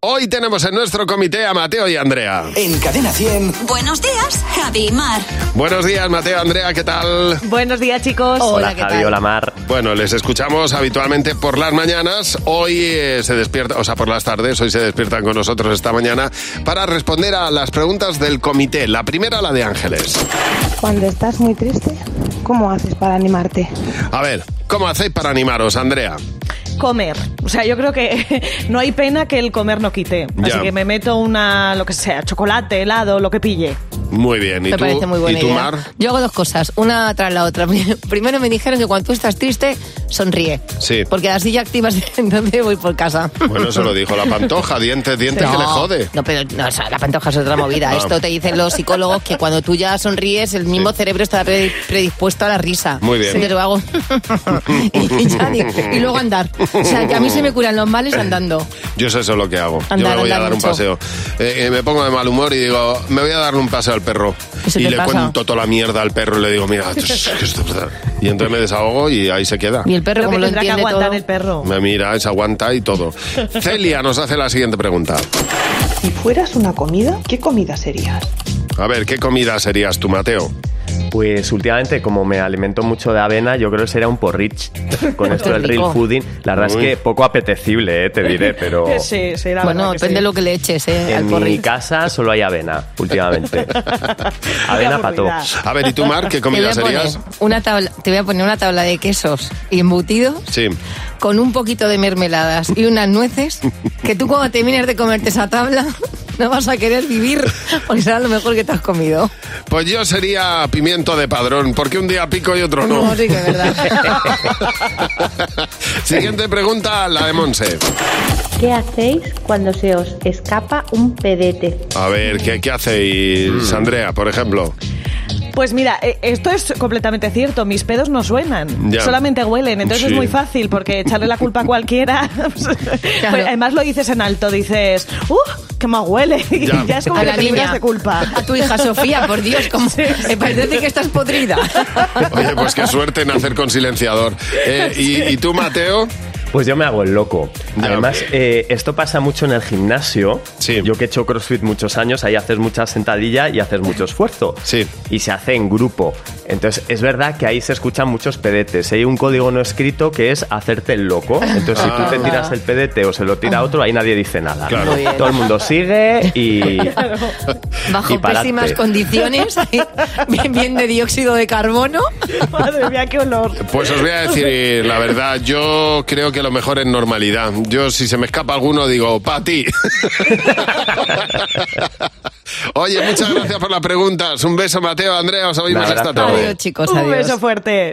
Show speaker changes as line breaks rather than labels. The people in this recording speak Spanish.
Hoy tenemos en nuestro comité a Mateo y Andrea.
En Cadena 100.
Buenos días, Javi y Mar.
Buenos días, Mateo, Andrea, ¿qué tal?
Buenos días, chicos.
Hola, Javi, hola, Mar.
Bueno, les escuchamos habitualmente por las mañanas. Hoy eh, se despierta, o sea, por las tardes, hoy se despiertan con nosotros esta mañana para responder a las preguntas del comité. La primera, la de Ángeles.
Cuando estás muy triste, ¿cómo haces para animarte?
A ver, ¿cómo hacéis para animaros, Andrea?
Comer. O sea, yo creo que no hay pena que el comer no quite.
Ya.
Así que me meto una, lo que sea, chocolate, helado, lo que pille.
Muy bien, ¿y
Me
tú?
parece muy buena
¿Y tú,
idea.
Mar?
Yo hago dos cosas, una tras la otra. Primero me dijeron que cuando tú estás triste, sonríe.
Sí.
Porque así ya activas entonces voy por casa.
Bueno, se lo dijo la pantoja, dientes, dientes que le jode.
No, pero no, o sea, la pantoja es otra movida.
Ah.
Esto te dicen los psicólogos que cuando tú ya sonríes, el mismo cerebro está pre- predispuesto a la risa.
Muy bien.
Entonces lo hago. y, ya digo, y luego andar. O sea, que a mí se me curan los males andando.
Yo sé eso es lo que hago. Yo
Andar,
me voy a
andar
dar un
mucho.
paseo. Eh, eh, me pongo de mal humor y digo, me voy a darle un paseo al perro.
Eso
Y
te
le
pasa.
cuento toda la mierda al perro y le digo, mira, y entonces me desahogo y ahí se queda.
Y el perro,
Creo que
como lo
tendrá que
entiende
aguantar
todo.
el perro.
Me mira, se aguanta y todo. Celia nos hace la siguiente pregunta.
Si fueras una comida, ¿qué comida serías?
A ver, ¿qué comida serías tú, Mateo?
Pues últimamente, como me alimento mucho de avena, yo creo que sería un porridge. Con esto del real
rico.
fooding, la verdad
Uy.
es que poco apetecible, eh, te diré, pero
Sí, sí, la
Bueno,
verdad que
depende de
sí.
lo que le eches eh, al
en mi
porri.
casa solo hay avena últimamente.
Qué
avena para todo.
aburrida.
A ver, ¿y tú, Mar, qué
Te voy,
comida
a poner
serías?
una tabla, te voy a poner una tabla de quesos y embutidos
Sí.
con un poquito de mermeladas y unas nueces, que tú cuando termines de comerte esa tabla no vas a querer vivir porque será lo mejor que te has comido.
Pues yo sería pimiento de padrón, porque un día pico y otro no.
sí que es verdad.
Siguiente pregunta, la de Monse.
¿Qué hacéis cuando se os escapa un pedete?
A ver, ¿qué, qué hacéis, Andrea, por ejemplo?
Pues mira, eh, esto es completamente cierto. Mis pedos no suenan,
Ya.
solamente huelen. Entonces
Sí.
es muy fácil porque echarle la culpa a cualquiera. Pero además lo dices en alto, dices, ¡uh! ¡Qué más huele! Y
Ya.
ya, es como
A
que
la
te libras
niña,
de culpa.
a tu hija Sofía, por Dios, como
Sí, sí.
me parece que estás podrida.
Oye, pues qué suerte en hacer con silenciador. Eh, ¿y, y tú, Mateo?
Pues yo me hago el loco.
Ya.
Además, eh, esto pasa mucho en el gimnasio.
Sí.
Yo que he hecho CrossFit muchos años, ahí haces mucha sentadilla y haces mucho esfuerzo.
Sí.
Y se hace en grupo. Entonces, es verdad que ahí se escuchan muchos pedetes. Hay un código no escrito que es hacerte el loco. Entonces, si tú te tiras el pedete o se lo tira a otro, ahí nadie dice nada.
Claro. Muy
bien.
Todo el mundo sigue y...
Bajo
Y pararte.
pésimas condiciones, bien, bien de dióxido de carbono.
Madre mía, qué olor.
Pues os voy a decir la verdad, yo creo que lo mejor es normalidad. Yo si se me escapa alguno digo, pa' ti. Oye, muchas gracias por las preguntas. Un beso, Mateo, Andrea, os oímos
Un
esta
abrazo.
tarde.
Adiós, chicos,
Un
adiós.
beso fuerte.